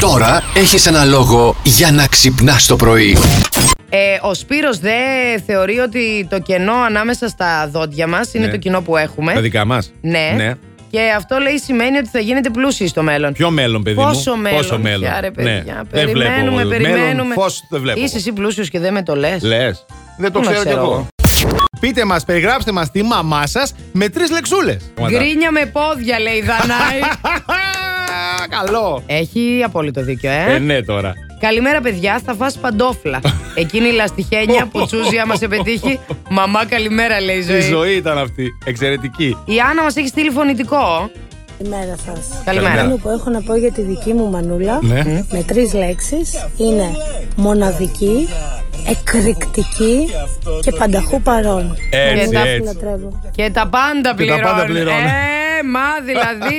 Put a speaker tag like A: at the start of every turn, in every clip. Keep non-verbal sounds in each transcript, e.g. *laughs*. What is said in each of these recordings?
A: Τώρα έχεις ένα λόγο για να ξυπνάς το πρωί.
B: Ε, ο Σπύρος δε θεωρεί ότι το κενό ανάμεσα στα δόντια μας είναι
C: Ναι.
B: το κοινό που έχουμε.
C: Τα δικά μας.
B: Ναι. Και αυτό λέει σημαίνει ότι θα γίνετε πλούσιοι στο μέλλον.
C: Ποιο μέλλον, παιδί
B: Πόσο
C: μου.
B: μέλλον.
C: Πόσο μέλλον. Ναι.
B: πια, ρε, παιδιά.
C: Δεν βλέπω.
B: Περιμένουμε,
C: εγώ. Μέλλον,
B: περιμένουμε.
C: φως δεν βλέπω.
B: Είσαι εσύ πλούσιος και δεν με το λες.
C: Λες. Δεν το
B: Πού να
C: ξέρω κι
B: ξέρω
C: εγώ.
B: εγώ.
D: Πείτε μας, περιγράψτε μας τη μαμά σας με τρεις λεξούλες.
B: Γκρίνια με πόδια, λέει η
C: *laughs*
B: Δανάη.
D: Καλό.
B: Έχει απόλυτο δίκιο, ε.
C: Ε, ναι τώρα.
B: Καλημέρα, παιδιά. Θα φας
C: *laughs*
B: παντόφλα. Εκείνη η λαστιχένια που τσούζει άμα σε πετύχει. Μαμά, καλημέρα, λέει η
C: Η
B: ζωή.
C: ζωή ήταν αυτή. Εξαιρετική.
B: Η Άννα μας έχει στείλει φωνητικό.
E: Καλημέρα σας.
B: Καλημέρα.
C: Καλημέρα.
E: Εκείνο που έχω να πω για τη δική μου μανούλα
C: Ναι.
E: με τρεις λέξεις είναι μοναδική, εκρηκτική και πανταχού παρόν.
B: Ε,
C: Έτσι,
E: Μανούλα που
C: έτσι.
E: λατρεύω.
B: Και τα πάντα
C: Και τα
B: πληρώνει.
C: πάντα πληρώνει.
B: Ε, μα δηλαδή.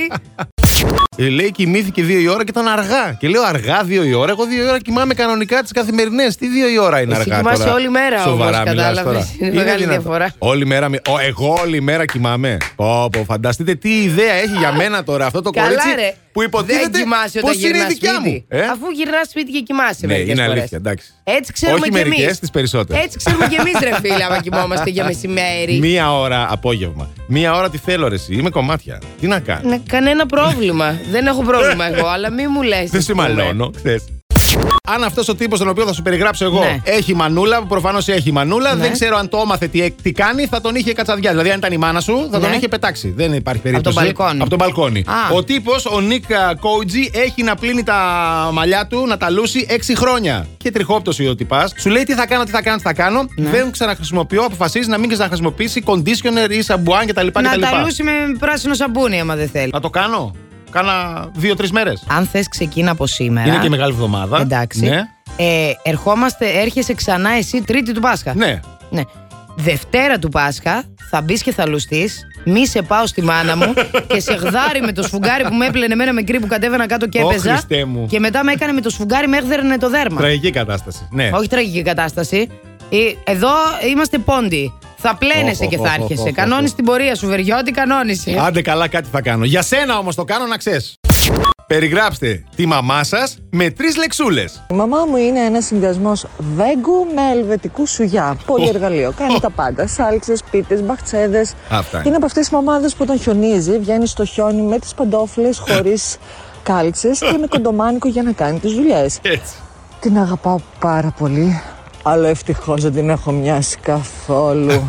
D: Ε, Λέει κοιμήθηκε δύο η ώρα και ήταν αργά. Και λέω αργά δύο η ώρα. Εγώ δύο η ώρα κοιμάμαι κανονικά τις καθημερινές. Τι δύο η ώρα είναι
B: Εσύ
D: αργά.
B: κοιμάσαι
D: τώρα.
B: όλη μέρα
D: Σοβαρά
B: όμως,
D: μιλάς
B: κατάλαβες. *laughs*
D: τώρα.
B: Είναι μεγάλη
D: δυνατόν.
B: διαφορά.
D: Όλη μέρα. μι- Ω, εγώ όλη μέρα κοιμάμαι. Πω, πω, φανταστείτε τι ιδέα έχει για μένα τώρα αυτό *laughs* το
B: Καλά,
D: κορίτσι
B: ρε.
D: που υποτίθεται
B: Δεν κοιμάσαι
D: πω
B: όταν
D: είναι
B: γυρνάς
D: δικιά
B: σπίτι.
D: μου. Ε?
B: Αφού γυρνάς σπίτι και κοιμάσαι
D: Ναι,
B: μερικές
D: είναι
B: φορές.
D: αλήθεια, εντάξει.
B: Έτσι ξέρουμε
D: Όχι
B: κι εμεί.
D: μερικές, τις περισσότερες.
B: Έτσι ξέρουμε κι εμείς, ρε φίλε, άμα κοιμόμαστε
D: *laughs*
B: για μεσημέρι.
D: Μία ώρα απόγευμα. Μία ώρα τι θέλω, ρε, εσύ. Είμαι κομμάτια. Τι να κάνω.
B: Ναι, κανένα πρόβλημα. Δεν έχω πρόβλημα εγώ, αλλά μη μου λες.
D: Δεν σε μαλώνω. Ναι. χθες. Αν αυτός ο τύπος, τον οποίο θα σου περιγράψω εγώ,
B: Ναι.
D: έχει μανούλα, που προφανώς έχει μανούλα,
B: Ναι.
D: δεν ξέρω αν το όμαθε τι, τι κάνει, θα τον είχε κατσαδιά. Δηλαδή, αν ήταν η μάνα σου, θα τον
B: Ναι.
D: είχε πετάξει. Δεν υπάρχει περίπτωση.
B: μπαλκόνι.
D: Από τον μπαλκόνι.
B: Α.
D: Ο τύπος, ο Νίκ Κόουτζι, έχει να πλύνει τα μαλλιά του, να τα λούσει 6 χρόνια. Και τριχόπτωση ο τυπάς. Σου λέει τι θα κάνω, τι θα κάνω, τι θα κάνω.
B: Ναι.
D: Δεν ξαναχρησιμοποιώ, αποφασίζει να μην ξαναχρησιμοποιήσει conditioner ή σαμπουάν κτλ.
B: Να
D: κτλ.
B: τα λούσει με πράσινο σαπούνι, άμα δεν θέλει.
D: Να το κάνω. Κάνα 2-3 μέρες.
B: Αν θες, ξεκίνα από σήμερα.
D: Είναι και μεγάλη εβδομάδα.
B: Εντάξει.
D: Ναι.
B: Ε, ερχόμαστε, έρχεσαι ξανά εσύ Τρίτη του Πάσχα.
D: ναι.
B: Ναι. Δευτέρα του Πάσχα θα μπεις και θα λουστείς. Μη σε πάω στη μάνα
D: *laughs*
B: μου και σε γδάρι με το σφουγγάρι που με έπλαινε εμένα μικρή που κατέβαινα κάτω και
D: Ω,
B: έπαιζα.
D: Χριστέ μου.
B: Και μετά με έκανε με το σφουγγάρι, με έγδερνε το δέρμα.
D: Τραγική κατάσταση. Ναι.
B: Όχι τραγική κατάσταση. Ε, Εδώ είμαστε πόντι. Θα πλένεσαι
D: Οχ,
B: και
D: οχ,
B: θα
D: οχ, οχ,
B: έρχεσαι.
D: οχ.
B: Κανώνει την πορεία σου, Βεριώτη, κανώνισε.
D: Άντε καλά, κάτι θα κάνω. Για σένα όμως το κάνω να ξέρεις. Περιγράψτε τη μαμά σας με τρεις λεξούλες.
F: Η μαμά μου είναι ένας συνδυασμός βέγκου με ελβετικού σουγιά. Πολύ εργαλείο. Κάνει τα πάντα. Σάλξες, πίτες, μπαχτσέδες.
D: Αυτά είναι.
F: Είναι από αυτές τις μαμάδες που όταν χιονίζει βγαίνει στο χιόνι με τις παντόφλες
D: Ε.
F: χωρίς κάλτσες και με κοντομάνικο για να κάνει τις δουλειές.
D: Έτσι.
F: Την αγαπάω πάρα πολύ. Αλλά ευτυχώς δεν την έχω μοιάσει
D: *laughs*
F: καθόλου.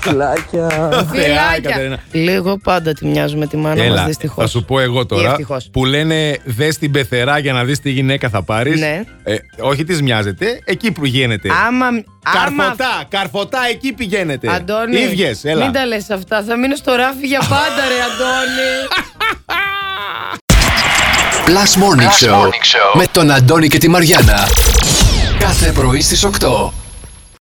F: Φιλάκια.
D: Θεά, η Κατερίνα.
B: Λίγο πάντα τη μοιάζουμε τη μάνα μας,
D: Έλα,
B: δυστυχώς.
D: θα σου πω εγώ
B: Ή
D: τώρα
B: ευτυχώς.
D: που λένε δες την πεθερά για να δεις τι γυναίκα θα πάρεις.
B: Ναι.
D: Ε, όχι, της μοιάζεται, εκεί που γίνεται.
B: Άμα. άμα...
D: καρφωτά, καρφωτά, εκεί πηγαίνετε.
B: Αντώνη,
D: Ίδιες, έλα.
B: μην τα λες αυτά. Θα μείνω στο ράφι για πάντα, ρε Αντώνη.
A: Plus Morning, Show, με τον Αντώνη και τη Μαριάνα. Κάθε πρωί στις 8.